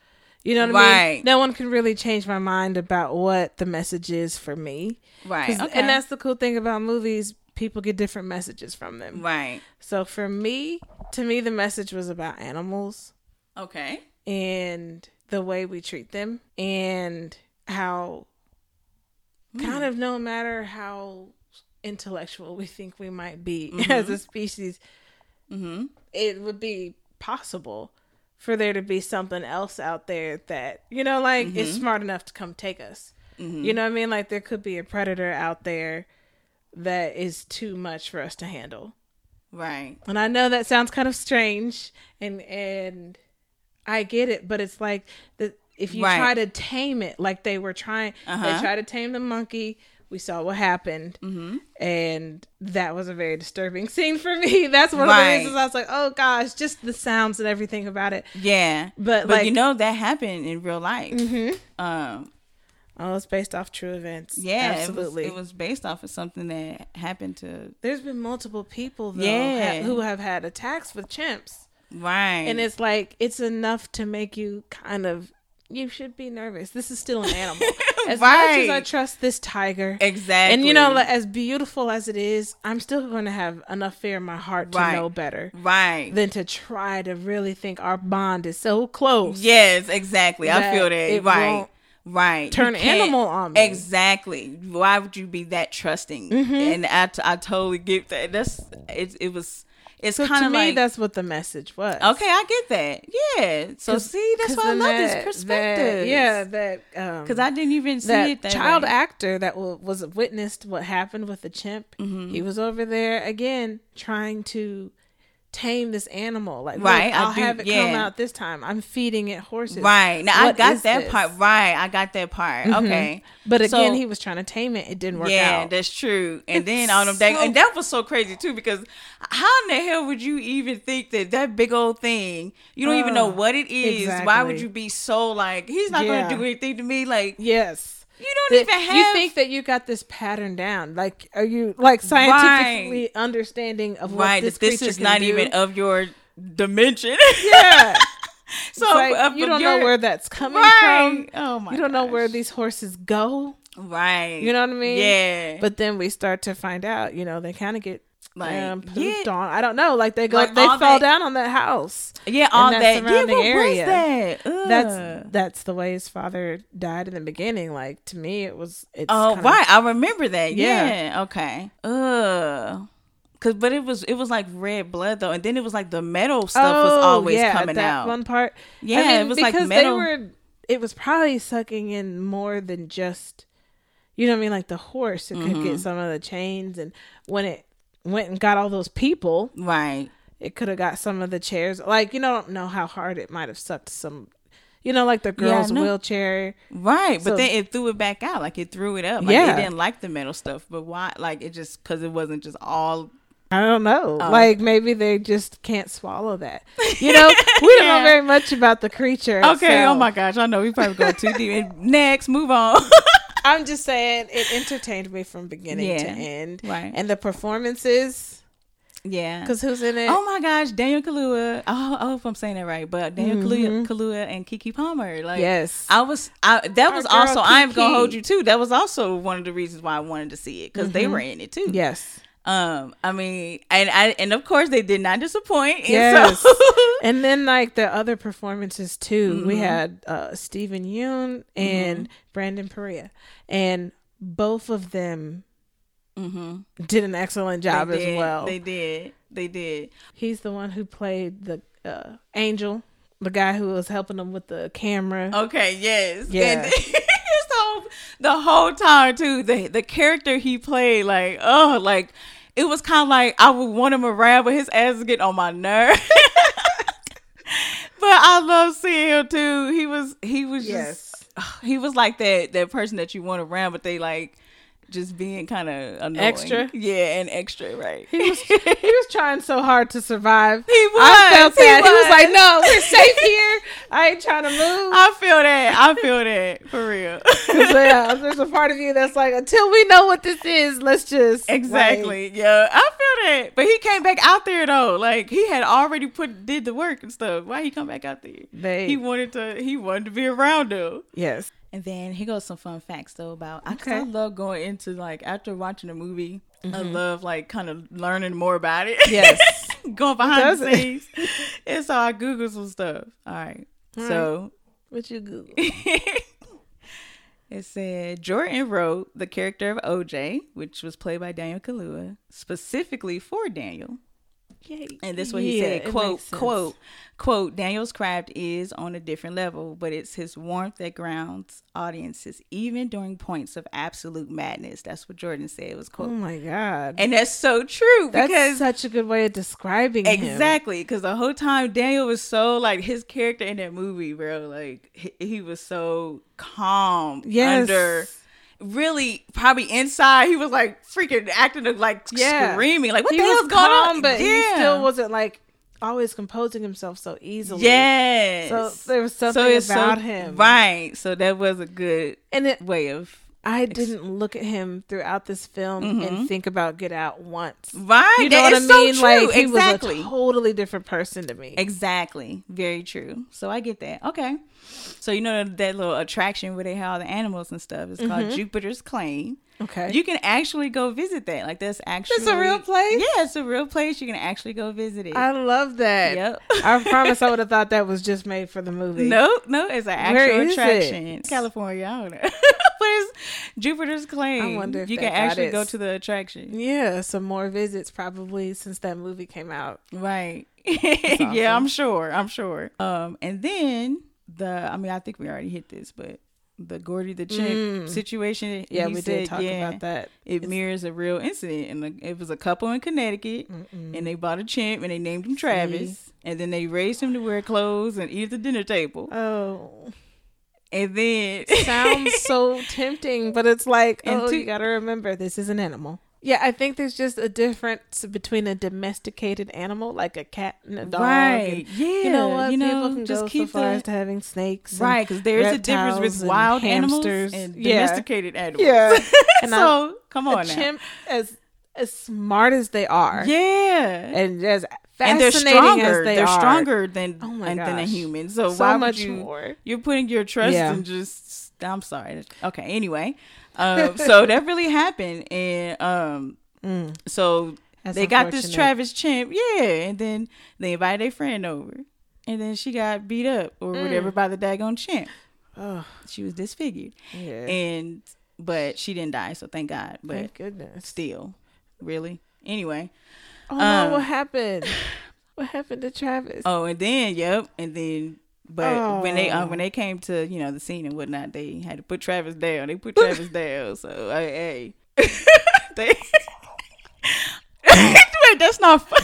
S1: You know what I mean?
S2: Right.
S1: No one can really change my mind about what the message is for me. 'Cause-
S2: Right. Okay.
S1: And that's the cool thing about movies. People get different messages from them.
S2: right.
S1: So for me, to me, the message was about animals
S2: Okay.
S1: and the way we treat them and how kind of no matter how intellectual we think we might be as a species
S2: Mm-hmm.
S1: it would be possible for there to be something else out there that you know like is smart enough to come take us you know what i mean like there could be a predator out there that is too much for us to handle
S2: Right.
S1: and I know that sounds kind of strange, and and I get it, but it's like the if you
S2: Right.
S1: try to tame it, like they were trying, they
S2: Uh-huh. Mm-hmm.
S1: tried to tame the monkey. We saw what happened, and that was a very disturbing scene for me. That's one of the
S2: Right.
S1: reasons I was like, "Oh gosh," just the sounds and everything about it.
S2: Yeah.
S1: But, like,
S2: But
S1: Mm-hmm.
S2: you know that happened in real life. Um.
S1: oh, it's based off true events.
S2: Yeah.
S1: absolutely.
S2: Absolutely. It was, based off of something that happened to.
S1: There's been multiple people though
S2: Yeah.
S1: ha- who have had attacks with chimps.
S2: Right.
S1: and it's like it's enough to make you kind of you should be nervous. This is still an animal. As much as I
S2: Right.
S1: trust this tiger,
S2: exactly.
S1: and you know, like, as beautiful as it is, I'm still going to have enough fear in my heart to
S2: Right.
S1: know better
S2: Right.
S1: than to try to really think our bond is so close.
S2: Yes, exactly.
S1: that
S2: I feel
S1: it
S2: that. Right.
S1: won't
S2: Right. You
S1: turn
S2: can't-
S1: animal on me. Mm-hmm.
S2: Exactly. Why would you be that trusting? And I, t- I totally get that. That's it. It was. It's
S1: So
S2: kind
S1: to
S2: of
S1: me,
S2: like
S1: that's what the message was.
S2: okay. I get that. Yeah. So
S1: 'Cause-
S2: see, that's
S1: 'cause
S2: why I
S1: then
S2: love
S1: that-
S2: this perspective.
S1: That, yeah, that um,
S2: Because I didn't even see
S1: that,
S2: it that
S1: child
S2: way.
S1: actor that w- was witnessed what happened with the chimp.
S2: Mm-hmm.
S1: He was over there again trying to tame this animal. Like, right,
S2: Right, I
S1: I'll
S2: do-
S1: have it come
S2: yeah.
S1: out this time. I'm feeding it horses.
S2: Right now, I
S1: What
S2: got
S1: is this?
S2: that
S1: Mm-hmm.
S2: part. Right, I got that part. Okay,
S1: But
S2: So-
S1: again, he was trying to tame it. It didn't work
S2: yeah,
S1: out.
S2: that's true. And then
S1: It's
S2: all them dang-
S1: so-
S2: and that was so crazy too because how in the hell would you even think that that big old thing? You don't even know
S1: Ugh,
S2: what it is. Why
S1: Uh, exactly.
S2: would you be so like he's not
S1: Yeah.
S2: gonna do anything to me? Like you
S1: yes.
S2: don't
S1: That-
S2: even have.
S1: you think that you got this pattern down? Like, are you like scientifically understanding of what
S2: right
S1: this,
S2: that this
S1: creature
S2: is
S1: can
S2: not
S1: do?
S2: even of your dimension.
S1: yeah.
S2: so
S1: Like,
S2: of-
S1: you
S2: of
S1: don't
S2: your-
S1: know where that's coming from.
S2: Right. Oh my.
S1: you don't know where
S2: gosh.
S1: these horses go.
S2: Right.
S1: You know what I mean?
S2: Yeah.
S1: But then we start to find out, you know, they kind of get
S2: Like,
S1: um, pooped
S2: yeah.
S1: on. I don't know. Like they go,
S2: Like
S1: they
S2: all
S1: fell
S2: that-
S1: down on that house.
S2: yeah. All
S1: that
S2: that. Yeah. What
S1: surrounding area.
S2: was that? Ugh.
S1: That's that's the way his father died in the beginning. Like to me, it was. It's
S2: Oh
S1: kinda-
S2: right, I remember that.
S1: Yeah.
S2: Yeah. Okay. Ugh. Cause, but it was it was like red blood though, and then it was like the metal stuff was
S1: Oh,
S2: always
S1: yeah,
S2: coming
S1: that
S2: out.
S1: One part.
S2: Yeah, it was like
S1: because
S2: metal.
S1: They were, it was probably sucking in more than just, you know what I mean? Like the horse, it could
S2: Mm-hmm.
S1: get some of the chains, and when it went and got all those people,
S2: Right.
S1: it could have got some of the chairs. Like you know, I don't know how hard it might have sucked some. You know, like the
S2: I
S1: girl's
S2: know.
S1: wheelchair.
S2: Right.
S1: So-
S2: but then it threw it back out, like it threw it up. Like
S1: Yeah.
S2: It didn't like the metal stuff, but why? Like it just because it wasn't just all.
S1: I don't know.
S2: Oh.
S1: like maybe they just can't swallow that. You know, we don't know
S2: Yeah.
S1: very much about the creature.
S2: Okay.
S1: itself.
S2: Oh my gosh, I know we probably go too deep. And Next, move on.
S1: I'm just saying it entertained me from beginning to
S2: Yeah.
S1: end.
S2: Right.
S1: And the performances,
S2: yeah.
S1: because who's in it?
S2: Oh my gosh, Daniel Kaluuya. Oh, I hope I'm saying that right, but Daniel Kaluuya, Kaluuya and Kiki Palmer. Like,
S1: Yes.
S2: I was. I that was
S1: girl
S2: also. I am gonna hold
S1: Kiki.
S2: you too. That was also one of the reasons why I wanted to see it because they
S1: Mm-hmm.
S2: were in it too.
S1: yes.
S2: Um. I mean, and I and of course they did not disappoint. And
S1: Yes.
S2: So,
S1: and then like the other performances too. We
S2: Mm-hmm.
S1: had uh Stephen Yoon and Brandon Perea. And both of them
S2: Mhm.
S1: did an excellent job
S2: Mm-hmm. They
S1: as
S2: did.
S1: well.
S2: They did. They did.
S1: He's the one who played the uh, angel, the guy who was helping him with the camera.
S2: Okay, yes.
S1: Yeah.
S2: And it's the whole, the whole time too. The the character he played, like, oh, like it was kind of like I would want him around, but his ass is getting on my nerve. but I love seeing him too. He was he was
S1: Yes.
S2: just he was like that that person that you want around, but they like just being kind of annoying.
S1: Extra?
S2: yeah, and extra, right?
S1: He was, he was trying so hard to survive.
S2: He was.
S1: I felt
S2: he
S1: that. He was like, no, we're safe here. I ain't trying to move.
S2: I feel that. I feel that for real.
S1: 'Cause, yeah, there's a part of you that's like, until we know what this is, let's just like,
S2: Exactly. yeah, I feel that. But he came back out there though. Like he had already put did the work and stuff. Why he come back out there?
S1: babe.
S2: He wanted to. He wanted to be around though.
S1: yes.
S2: And then here goes some fun facts though about. I, 'cause I
S1: Okay.
S2: love going into like after watching a movie. I love like kind of learning more about it.
S1: Yes.
S2: going behind the
S1: doesn't?
S2: scenes. and so I googled some stuff. All right.
S1: right.
S2: so
S1: What you Google?
S2: it said Jordan wrote the character of OJ, which was played by Daniel Kalua, specifically for Daniel. And this what he said, quote, quote, quote, Daniel's craft is on a different level, but it's his warmth that grounds audiences, even during points of absolute madness. That's what Jordan said was
S1: Oh
S2: quote.
S1: my god.
S2: And that's so true
S1: That's
S2: because
S1: such a good way of describing him.
S2: Exactly, because the whole time Daniel was so like his character in that movie, bro. Like he, he was so calm.
S1: Yes.
S2: Under really probably inside, he was like freaking acting like
S1: Yeah.
S2: screaming, like what
S1: He
S2: the hell's
S1: was
S2: going
S1: calm,
S2: on?
S1: but he still wasn't like always composing himself so easily.
S2: Yes.
S1: So there was something
S2: it's
S1: about him.
S2: right? So that was a good
S1: And it,
S2: way of
S1: I didn't look at him throughout this film
S2: Mm-hmm.
S1: and think about Get Out once.
S2: right.
S1: You know
S2: That
S1: what I
S2: is so
S1: mean?
S2: true.
S1: like he
S2: exactly.
S1: was a totally different person to me.
S2: Exactly. Very true. So I get that. Okay. So you know that little attraction where they have all the animals and stuff. It's called Jupiter's Claim.
S1: Mm-hmm. Okay.
S2: You can actually go visit that. Like that's actually
S1: real place?
S2: Yeah, it's a real place. You can actually go visit it.
S1: I love that.
S2: Yep.
S1: I promise I would have thought that was just made for the movie.
S2: no, no, it's an actual
S1: Where is
S2: attraction.
S1: it?
S2: California, I don't know. but it's Jupiter's Claim.
S1: I wonder if
S2: you
S1: they
S2: can
S1: got
S2: actually
S1: it.
S2: go to the attraction.
S1: Yeah, some more visits probably since that movie came out.
S2: Right.
S1: awesome.
S2: yeah, I'm sure. I'm sure. Um, and then the I mean, I think we already hit this, but the Gordy the chick
S1: Mm.
S2: situation.
S1: Yeah,
S2: he
S1: we
S2: said,
S1: did talk
S2: yeah,
S1: about that.
S2: It mirrors a real incident, and the- it was a couple in Connecticut, and they bought a chimp, and they named him Travis, and then they raised him to wear clothes and eat at the dinner table,
S1: Oh,
S2: and then
S1: sounds so tempting, but it's like,
S2: And
S1: oh,
S2: to-
S1: you got to remember this is an animal. Yeah, I think there's just a difference between a domesticated animal like a cat and a dog.
S2: right,
S1: and-
S2: yeah,
S1: you know what?
S2: you
S1: people
S2: know,
S1: can
S2: just
S1: go
S2: keep
S1: so far
S2: the
S1: as to having snakes. and-
S2: Right, because there is a difference
S1: reptiles
S2: with
S1: and
S2: wild
S1: hamsters.
S2: animals and
S1: Yeah.
S2: domesticated animals.
S1: Yeah. And I-
S2: so come
S1: a
S2: on now.
S1: chimp, as as smart as they are,
S2: Yeah.
S1: and as fascinating
S2: And they're
S1: as
S2: stronger.
S1: they
S2: They are
S1: are,
S2: stronger than
S1: Oh my
S2: and than a
S1: gosh.
S2: human. So,
S1: so
S2: why would
S1: much
S2: you?
S1: more.
S2: You're putting your trust
S1: Yeah.
S2: in just. I'm sorry. Okay. Anyway, um, so that really happened, and um,
S1: Mm.
S2: so
S1: That's
S2: they got this
S1: unfortunate.
S2: Travis Chimp, yeah, and then they invited their friend over, and then she got beat up or whatever by the daggone chimp.
S1: Oh,
S2: She was disfigured,
S1: yeah.
S2: and but she didn't die, so thank God. But
S1: Thank goodness.
S2: still, really, anyway.
S1: Oh
S2: Um,
S1: no, what happened? What happened to Travis?
S2: Oh, and then yep, and then but when they uh,
S1: Oh.
S2: when they came to you know the scene and whatnot, they had to put Travis down. They put Travis down. So uh, hey, hey. they wait, that's not fun.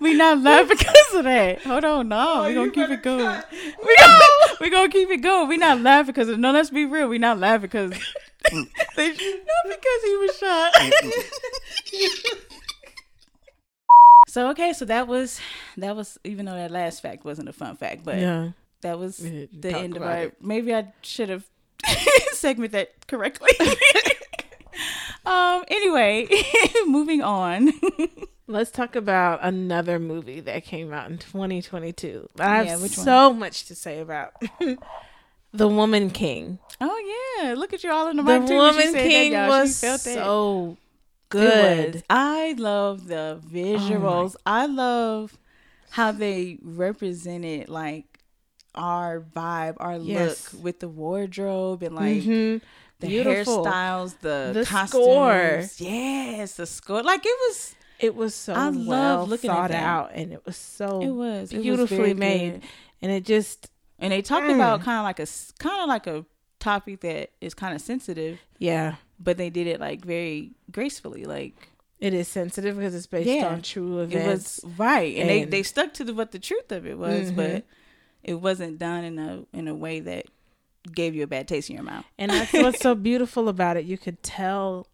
S2: we not laughing because of that. Hold on, no, we gonna keep it going. We gonna, we gonna keep it going. We not laughing because no, let's be real. We not laughing because not because he was shot. So okay, so that was that was even though that last fact wasn't a fun fact, but
S1: yeah.
S2: that was
S1: We didn't
S2: the
S1: talk
S2: end of
S1: about
S2: our.
S1: it.
S2: Maybe I should have segmented that correctly. um. Anyway, moving on.
S1: Let's talk about another movie that came out in 2022. I have
S2: Yeah, which one?
S1: so much to say about The Woman King.
S2: oh yeah, look at you all in the,
S1: The
S2: mic too when she
S1: Woman
S2: said that,
S1: King
S2: y'all. She
S1: was
S2: felt that.
S1: so
S2: It
S1: good. Oh
S2: was. I love the visuals. I love how they represented like our vibe, our
S1: Yes.
S2: look with the wardrobe and like
S1: Mhm.
S2: Mm-hmm. the
S1: Beautiful.
S2: hairstyles, the,
S1: The
S2: costumes.
S1: score.
S2: Yes, the score. Like it was
S1: It was so
S2: I love
S1: well
S2: looking at
S1: thought
S2: that.
S1: out, and it was so
S2: It was it was
S1: beautifully
S2: very
S1: made,
S2: good.
S1: and it just
S2: and they talked
S1: Mm.
S2: about kind of like a kind of like a topic that is kind of sensitive,
S1: yeah,
S2: but they did it like very gracefully. Like
S1: it is sensitive because it's based
S2: Yeah.
S1: on true
S2: it
S1: events.
S2: was right, and, Mm-hmm. they
S1: and-
S2: they stuck to the, what the truth of it was,
S1: Mhm.
S2: but it wasn't done in a in a way that gave you a bad taste in your mouth.
S1: and that's what's so beautiful about it. You could tell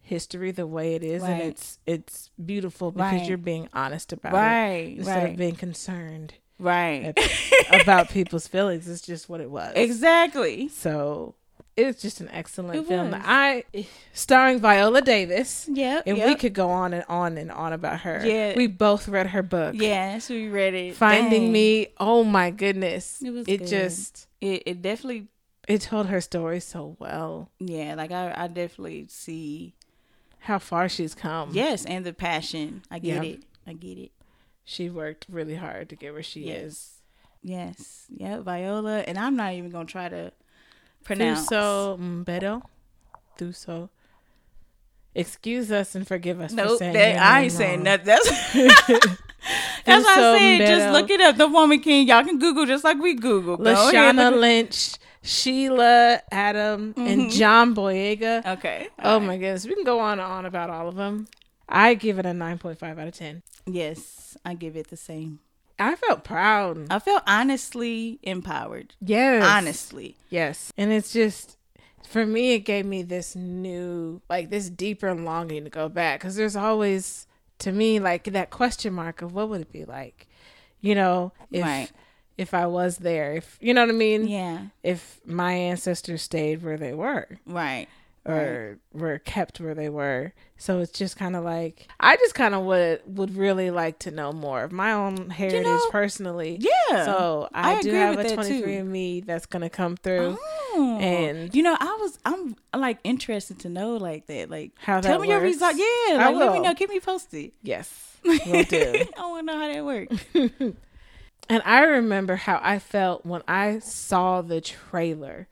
S1: history the way it is, and
S2: Right.
S1: it's it's beautiful because
S2: Right.
S1: you're being honest about it
S2: Right,
S1: instead of
S2: right,
S1: being concerned
S2: right.
S1: about people's feelings. It's just what it was.
S2: Exactly.
S1: So it's just an excellent
S2: It
S1: film.
S2: was.
S1: I starring Viola Davis.
S2: Yep.
S1: And
S2: yep.
S1: we could go on and on and on about her.
S2: Yeah.
S1: We both read her book.
S2: Yes, we read it.
S1: Finding
S2: Dang.
S1: Me. Oh my goodness.
S2: It was
S1: it
S2: good.
S1: just
S2: It, it definitely.
S1: it told her story so well.
S2: Yeah, like I, I definitely see.
S1: How far she's come.
S2: Yes, and the passion. I get
S1: Mm-hmm. Yeah.
S2: it. I get it.
S1: She worked really hard to get where she is.
S2: Yes. Yeah, Viola, and I'm not even gonna try to pronounce.
S1: Thuso Mbedo. Thuso. Excuse us and forgive us for
S2: Nope,
S1: saying
S2: that,
S1: your
S2: I
S1: name
S2: ain't saying
S1: wrong.
S2: nothing. That's that's what I said. Just
S1: Thuso
S2: look it up. The woman king. Y'all can Google just like we Google. Go ahead,
S1: Lashana
S2: look
S1: Lynch, Sheila Adam, and John Boyega.
S2: it- Mm-hmm. Okay.
S1: oh my goodness, we can go on and on about all of them. I give it a 9.5 out of 10.
S2: Yes, I give it the same.
S1: I felt proud.
S2: I feel honestly empowered.
S1: Yes.
S2: Honestly.
S1: Yes. And it's just, for me, it gave me this new, like this deeper longing to go back. Because there's always, to me, like that question mark of what would it be like? You know, if,
S2: Right.
S1: if I was there, if, you know what I mean?
S2: Yeah.
S1: If my ancestors stayed where they were.
S2: Right.
S1: or were kept where they were. So it's just kind of like I just kind of would would really like to know more of my own heritage
S2: know-
S1: personally.
S2: Yeah.
S1: So I,
S2: I
S1: do
S2: agree
S1: have
S2: with
S1: a
S2: that, too.
S1: 23andMe that's gonna come through.
S2: Oh.
S1: And-
S2: you know, I was I'm like interested to know like that. Like
S1: How
S2: tell
S1: that
S2: me your
S1: works.
S2: result. Yeah,
S1: I
S2: like let
S1: will.
S2: me know. Keep me posted.
S1: Yes, will do.
S2: I wanna know how that works.
S1: And I remember how I felt when I saw the trailer.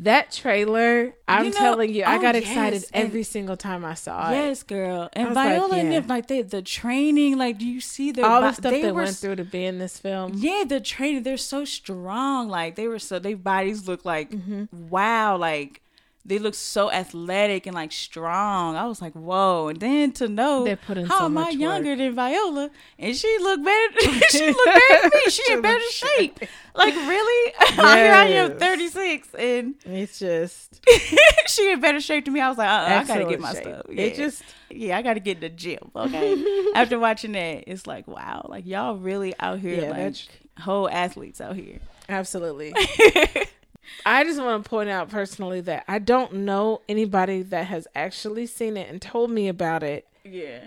S1: That trailer, I'm
S2: You know-
S1: telling you, I
S2: oh,
S1: got
S2: yes,
S1: excited
S2: and-
S1: every single time I saw it.
S2: yes, girl.
S1: I
S2: And
S1: was like,
S2: Viola and
S1: yeah.
S2: them, like they, the training, like do you see their
S1: All
S2: bo-
S1: the stuff
S2: they
S1: that
S2: were
S1: went
S2: s-
S1: through to be in this film.
S2: Yeah, the training, they're so strong. Like they were so their bodies look like
S1: Mm-hmm.
S2: wow, like they look so athletic and like strong. I was like, whoa. And then to know
S1: They put in
S2: how
S1: so
S2: am I
S1: much
S2: younger
S1: work.
S2: than Viola and she looked better she looked better than me. She
S1: She
S2: in better
S1: looked
S2: shape. Like really? Here I am
S1: Yes.
S2: thirty six and
S1: It's just
S2: she in better shape than me. I was like, uh-uh, I gotta
S1: excellent
S2: get my
S1: shape.
S2: stuff.
S1: It
S2: Yeah.
S1: just
S2: Yeah, I gotta get in the gym. Okay. After watching that, it's like wow, like y'all really out here
S1: Yeah,
S2: like
S1: that's-
S2: whole athletes out here.
S1: Absolutely. I just want to point out personally that I don't know anybody that has actually seen it and told me about it
S2: Yeah.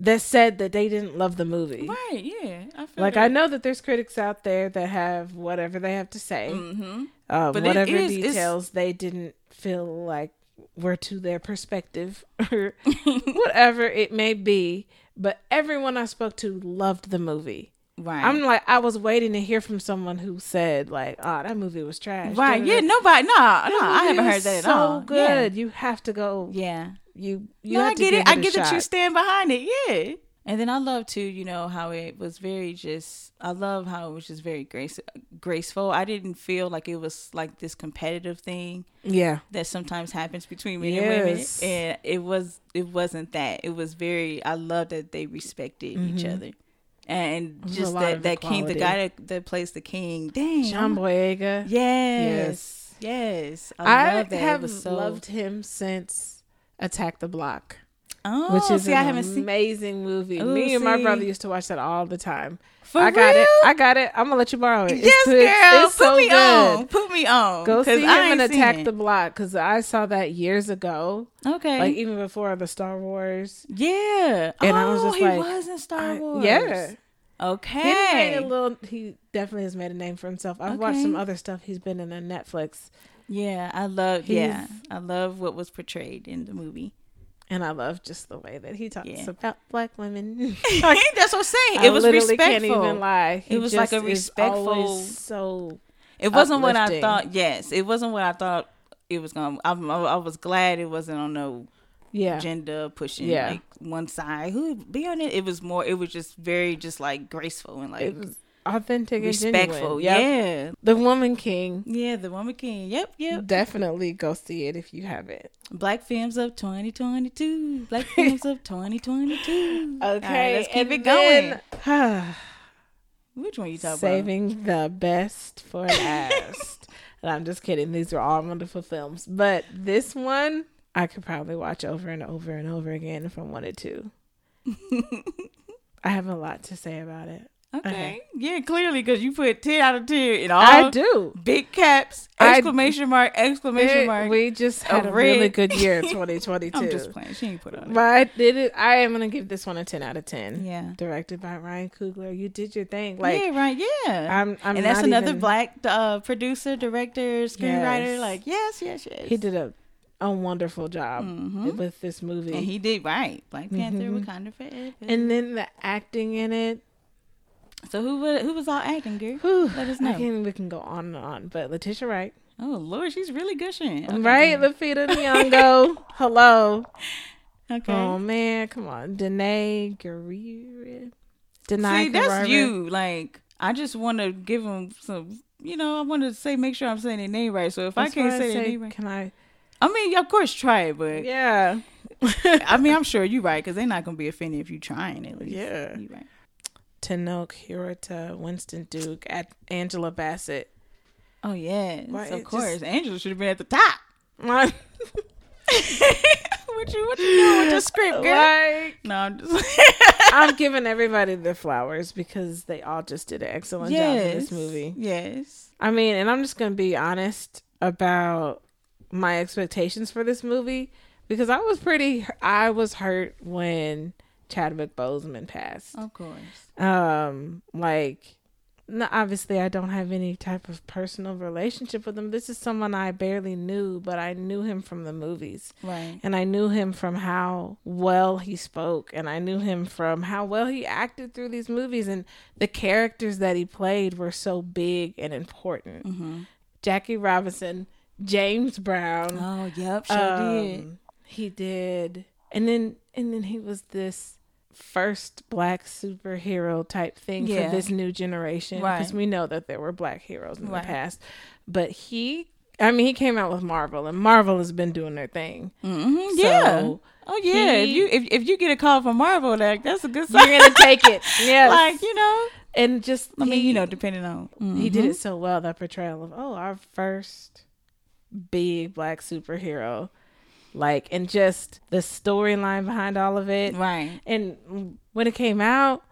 S1: that said that they didn't love the movie.
S2: Right. Yeah. I feel
S1: Like I know that there's critics out there that have whatever they have to say,
S2: Mm-hmm.
S1: um,
S2: But it
S1: whatever
S2: is- it's-
S1: details they didn't feel like were to their perspective or whatever it may be. But everyone I spoke to loved the movie.
S2: Right.
S1: I'm like I was waiting to hear from someone who said like, "Ah, that movie was trash."
S2: right.
S1: Da-da-da.
S2: Yeah. Nobody. No. No. I
S1: movie
S2: haven't
S1: was
S2: heard that
S1: so
S2: at all.
S1: good. You have to go.
S2: Yeah. yeah.
S1: You you
S2: No,
S1: have
S2: I
S1: to
S2: get
S1: give
S2: it. I get
S1: a
S2: that you
S1: shot.
S2: stand behind it. Yeah. And then I love too, you know, how it was very just. I love how it was just very grace, graceful. I didn't feel like it was like this competitive thing
S1: Yeah,
S2: that sometimes happens between men and women.
S1: Yes.
S2: And it was, it wasn't that. It was very. I love that they respected each other, and
S1: Mm-hmm. was a
S2: just
S1: lot of
S2: that that king, the
S1: equality.
S2: guy that, that plays the king. Dang,
S1: John Boyega.
S2: Mm-hmm. Yes. Yes.
S1: I,
S2: love that. It
S1: have
S2: was so-
S1: loved him since Attack the Block,
S2: oh,
S1: which is
S2: see,
S1: an
S2: I haven't seen
S1: amazing movie.
S2: Ooh,
S1: Me and my
S2: see.
S1: brother used to watch that all the time.
S2: For
S1: I got it.
S2: real?
S1: I got it. I'm gonna let you borrow it. It's
S2: yes,
S1: good.
S2: girl.
S1: It's
S2: Put
S1: so
S2: me
S1: good.
S2: on. Put me on.
S1: Go
S2: 'cause
S1: see him
S2: I
S1: and
S2: ain't seen
S1: Attack
S2: it.
S1: the Block because I saw that years ago,
S2: Okay.
S1: like even before the Star Wars.
S2: yeah.
S1: And
S2: oh,
S1: I was just
S2: he
S1: like,
S2: was in Star
S1: I-
S2: Wars.
S1: yeah. He done made
S2: Okay.
S1: a little. He definitely has made a name for himself. I've watched
S2: Okay.
S1: some other stuff he's been in on Netflix,
S2: yeah. I love.
S1: He's-
S2: Yeah. I love what was portrayed in the movie.
S1: and I love just the way that he talks
S2: Yeah.
S1: about black women.
S2: That's what I'm saying.
S1: I
S2: It was
S1: literally
S2: respectful.
S1: Can't even lie. He
S2: It was like
S1: just
S2: a
S1: is always
S2: respectful-
S1: So
S2: It wasn't what I
S1: uplifting.
S2: thought. Yes, it wasn't what I thought it was going. to I, I was glad it wasn't on no
S1: Yeah.
S2: gender pushing
S1: Yeah.
S2: like one side who be on it it was more it was just very just like graceful and like
S1: It was authentic
S2: respectful
S1: and genuine. Yep.
S2: yeah
S1: The Woman King.
S2: yeah the woman king yep yep
S1: Definitely go see it if you haven't.
S2: black films of 2022 black films of 2022 All right, let's keep
S1: and
S2: it going
S1: then-
S2: which one you talking
S1: saving the best for last. and I'm just kidding. These are all wonderful films, but this one I could probably watch over and over and over again if I wanted to. I have a lot to say about it.
S2: about okay
S1: Okay.
S2: yeah clearly because you put 10 out of 10 in all
S1: I do.
S2: big caps
S1: I-
S2: exclamation mark exclamation mark
S1: we just
S2: A
S1: had a, really
S2: red.
S1: good year, 2022.
S2: i'm just playing she ain't put on it
S1: but I did it. I am gonna give this one a 10 out of 10.
S2: yeah
S1: Directed by Ryan Coogler. You did your thing. Like
S2: yeah right yeah
S1: I'm. I'm.
S2: and that's
S1: not
S2: another
S1: even-
S2: black uh, producer, director, screenwriter.
S1: Yes.
S2: Like, yes, yes, yes.
S1: He did a a wonderful job
S2: Mhm.
S1: with this movie.
S2: And he did right. Black Panther,
S1: Mhm.
S2: Wakanda Forever.
S1: And then the acting in it.
S2: so who was who was all acting, girl?
S1: Whew,
S2: Let us
S1: I
S2: know.
S1: can, we can go on and on, but Letitia Wright,
S2: Oh Lord, she's really gushing. Okay,
S1: right?
S2: good.
S1: Lupita Nyong'o. Hello.
S2: Okay.
S1: Oh man, come on, Danae Guerrero. Danae
S2: See, that's you. Like, I just want to give him some. You know, I want to say make sure I'm saying their name right. So if I can't say, their name right,
S1: can I?
S2: I mean, of course, try it. But
S1: Yeah,
S2: I mean, I'm sure you're right because they're not gonna be offended if you trying at least.
S1: Yeah.
S2: you right.
S1: Tanoke Hirata, Winston Duke, at Angela Bassett.
S2: Oh yes,
S1: Why, it
S2: of
S1: just-
S2: course. Angela should have been at the top.
S1: what
S2: what you what you doing with the script, girl?
S1: Like,
S2: No, I'm just
S1: I'm giving everybody their flowers because they all just did an excellent job in this movie.
S2: Yes.
S1: I mean, and I'm just going to be honest about my expectations for this movie because I was pretty I was hurt when Chadwick Boseman passed.
S2: Of course.
S1: Um like no, obviously I don't have any type of personal relationship with him. This is someone I barely knew, but I knew him from the movies.
S2: Right.
S1: And I knew him from how well he spoke, and I knew him from how well he acted through these movies. And the characters that he played were so big and important.
S2: Mm-hmm.
S1: Jackie Robinson, James Brown.
S2: Oh, yep, sure did.
S1: um, He did, and then and then he was this first black superhero type thing
S2: Yeah.
S1: for this new generation because
S2: Right.
S1: we know that there were black heroes in
S2: Right.
S1: the past, but he. I mean, he came out with Marvel, and Marvel has been doing their thing.
S2: Mm-hmm.
S1: so
S2: yeah. Oh yeah. if
S1: he-
S2: you if, if you get a call from Marvel, like that's a good
S1: You're
S2: sign.
S1: gonna take it, yes.
S2: like you know.
S1: and just
S2: I mean,
S1: he- Mm. Mm-hmm.
S2: you know, depending on
S1: he did it so well that portrayal of oh our first big black superhero like and just the storyline behind all of it
S2: Right.
S1: and when it came out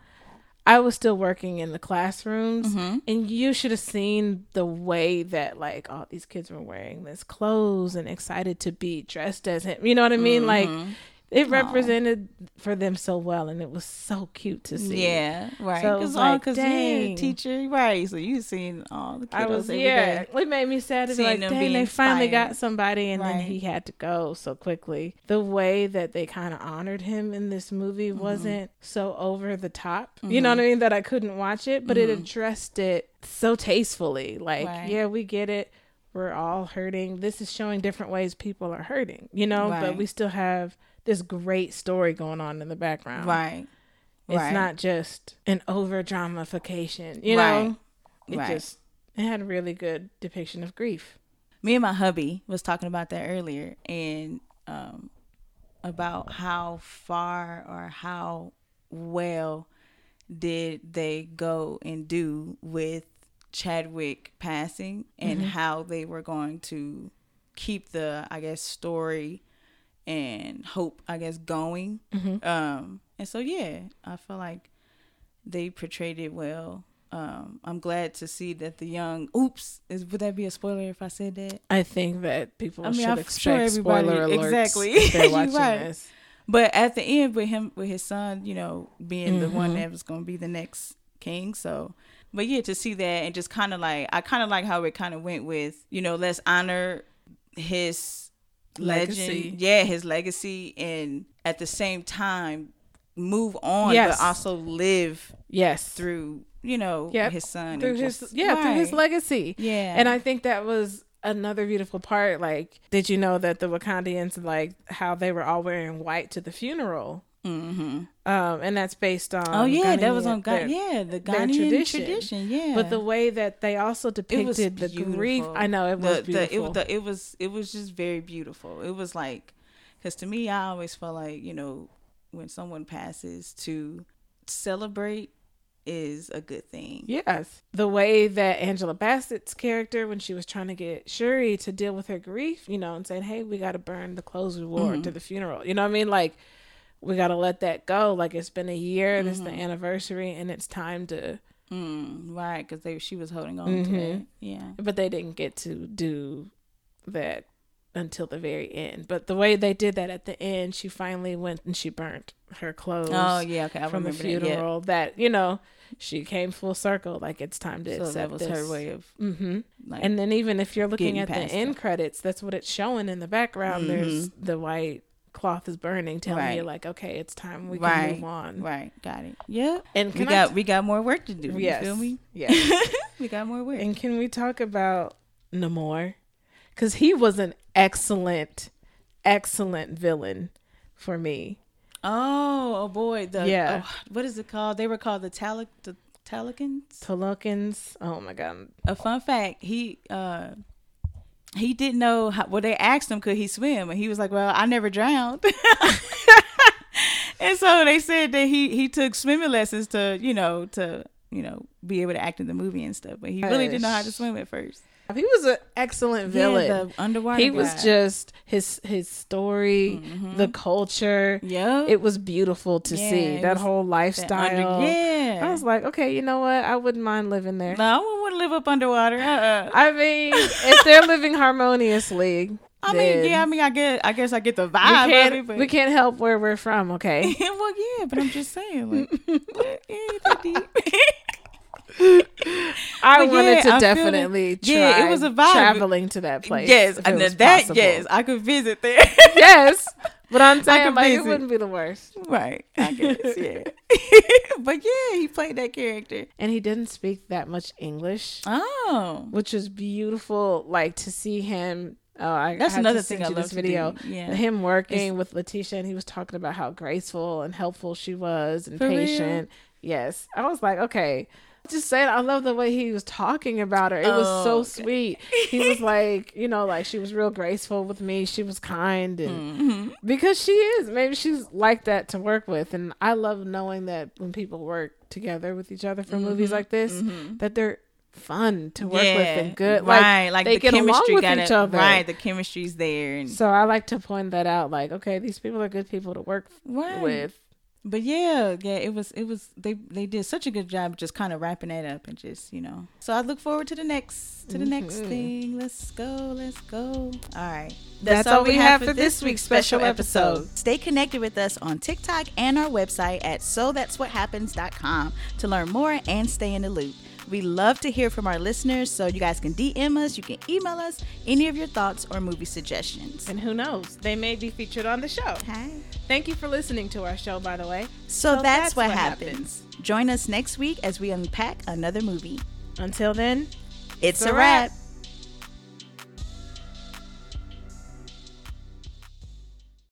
S1: i was still working in the classrooms and you should have seen the way that like all these kids were wearing this clothes and excited to be dressed as him you know what i mean like it represented for them so well and it was so cute to see
S2: Yeah. Right.
S1: So it
S2: Because
S1: was
S2: all
S1: like,
S2: because you're a
S1: dang.
S2: teacher, right? So you seen all the kiddos
S1: I was
S2: every
S1: yeah.
S2: day.
S1: It made me sad to be
S2: Seeing
S1: like,
S2: them
S1: dang,
S2: be
S1: they finally
S2: inspired.
S1: got somebody, and then
S2: Right.
S1: he had to go so quickly. The way that they kind of honored him in this movie
S2: Mm-hmm.
S1: wasn't so over the top. You know what I mean? That I couldn't watch it, but it addressed it so tastefully. Like,
S2: Mm-hmm. Right.
S1: yeah, we get it. We're all hurting. This is showing different ways people are hurting. You know,
S2: Right.
S1: but we still have this great story going on in the background.
S2: Right.
S1: It's
S2: Right.
S1: not just an over dramification. You
S2: Right.
S1: know it
S2: Right.
S1: just it had a really good depiction of grief.
S2: me and my hubby was talking about that earlier and um about how far or how well did they go and do with Chadwick passing and how they were going to keep the I guess story and hope I guess going um and so yeah I feel like they portrayed it well um I'm glad to see that the young oops is would that be a spoiler if I said that
S1: I think that people
S2: I mean,
S1: should
S2: I'm
S1: expect
S2: sure everybody-
S1: spoiler alerts.
S2: exactly.
S1: if they're
S2: You're
S1: watching
S2: right.
S1: this.
S2: But at the end, with him, with his son, you know, being the one that was going to be the next king. So, but yeah, to see that and just kind of like, I kind of like how it kind of went with, you know, let's honor his
S1: Legacy.
S2: legend. Yeah, his legacy. And at the same time, move on,
S1: Yes.
S2: but also live
S1: Yes, through,
S2: through, you know,
S1: Yep.
S2: his son.
S1: through
S2: and
S1: his
S2: just-
S1: yeah, through his
S2: Right.
S1: legacy.
S2: Yeah.
S1: And I think that was another beautiful part like did you know that the wakandians like how they were all wearing white to the funeral
S2: Mm-hmm.
S1: um and that's based on
S2: Oh yeah, that was
S1: Ghanaian-
S2: on God.
S1: their-
S2: Yeah,
S1: their
S2: the Ghanaian
S1: tradition.
S2: tradition. Yeah,
S1: but the way that they also
S2: It was
S1: depicted the grief
S2: beautiful.
S1: i know it was
S2: the, the, it,
S1: beautiful
S2: was- the, it was it was just very beautiful. It was like, because to me, I always felt like you know when someone passes, to celebrate is a good thing.
S1: yes the way that angela bassett's character when she was trying to get shuri to deal with her grief you know and saying hey we got to burn the clothes we wore
S2: Mm-hmm.
S1: to the funeral you know what i mean like we got to let that go like it's been a year this
S2: Mm-hmm.
S1: is the anniversary and it's time to
S2: Mm, right, because they she was holding on
S1: Mhm.
S2: to that. Yeah.
S1: but they didn't get to do that until the very end. But the way they did that at the end, she finally went and she burnt her clothes
S2: Oh yeah. Okay, I
S1: from the
S2: remember that. Yeah.
S1: funeral. That you know, she came full circle. Like it's time to
S2: So
S1: accept
S2: that was
S1: this.
S2: her way of
S1: hmm
S2: like.
S1: And then even if you're looking
S2: Getting
S1: at the
S2: past Mm-hmm.
S1: end credits, that's what it's showing in the background. There's the white cloth is burning, telling you
S2: Right.
S1: like, okay, it's time we can
S2: Right.
S1: move on.
S2: Right, got it. Yeah,
S1: And
S2: we
S1: can I
S2: got we got more work to do.
S1: yes,
S2: You feel me?
S1: yes.
S2: We got more work.
S1: And can we talk about Namor? Because he was an excellent, excellent villain for me.
S2: Oh, oh boy, the
S1: Yeah.
S2: oh, what is it called? They were called the Talik the Talikans.
S1: Tolokins, oh my god,
S2: A fun fact, he uh he didn't know how well they asked him could he swim and he was like, Well, I never drowned And so they said that he he took swimming lessons to, you know, to you know, be able to act in the movie and stuff, but he really didn't know how to swim at first.
S1: he was an excellent villain.
S2: Yeah, the underwater.
S1: he was
S2: guy.
S1: just his his story,
S2: Mm-hmm.
S1: the culture.
S2: yeah,
S1: It was beautiful to
S2: Yeah,
S1: see
S2: it
S1: that
S2: was
S1: whole
S2: that
S1: lifestyle.
S2: Under,
S1: I
S2: yeah,
S1: was like, okay, you know what? I wouldn't mind living there.
S2: no, I wouldn't want to live up underwater. Uh-uh.
S1: I mean, if they're living harmoniously,
S2: I
S1: then
S2: mean, yeah, I mean, I get, I guess I get the
S1: we
S2: vibe of it,
S1: can't
S2: but
S1: we can't help where we're from. Okay,
S2: well, yeah, but I'm just saying, like, it ain't that deep.
S1: I
S2: But
S1: wanted to
S2: yeah, I feel it.
S1: definitely try
S2: Yeah, it was a vibe.
S1: traveling to that place.
S2: yes,
S1: if it
S2: and
S1: was
S2: then that,
S1: possible.
S2: yes, I could visit there.
S1: yes. But I'm saying
S2: could
S1: like it
S2: visit.
S1: wouldn't be the worst.
S2: right, I guess, yeah. but yeah, he played that character.
S1: And he didn't speak that much English,
S2: Oh,
S1: which was beautiful. Like to see him. Oh, I
S2: that's
S1: have to
S2: another
S1: send
S2: thing I
S1: you
S2: love
S1: this video.
S2: To do. Yeah,
S1: Him working with Letitia, and he was talking about how graceful and helpful she was and
S2: For real?
S1: patient. Yes, I was like, okay. Just saying, I love the way he was talking about her. It was so
S2: Oh, okay.
S1: sweet. He was like, you know, like she was real graceful with me. She was kind and
S2: Mhm.
S1: because she is maybe she's like that to work with and i love knowing that when people work together with each other for movies like this that they're fun to work with
S2: Mm-hmm. Yeah,
S1: and good
S2: right?
S1: like, they get along with
S2: gotta-
S1: each other
S2: right? The chemistry's there, and
S1: so i like to point that out like okay these people are good people to work
S2: right.
S1: with
S2: But yeah, yeah, it was it was they they did such a good job just kind of wrapping that up and just, you know. So I look forward to the next to the next
S1: Mhm.
S2: thing. Let's go, let's go. All right.
S1: That's all we have for this week's special episode.
S2: Stay connected with us on TikTok and our website at so that's what happens.com to learn more and stay in the loop. We love to hear from our listeners, so you guys can DM us, you can email us any of your thoughts or movie suggestions.
S1: and who knows they may be featured on the show
S2: Okay.
S1: thank you for listening to our show by the way
S2: So,
S1: So
S2: that's,
S1: that's
S2: what,
S1: what
S2: happens. Join us next week as we unpack another movie.
S1: until then
S2: It's
S1: a
S2: a
S1: wrap.
S2: wrap.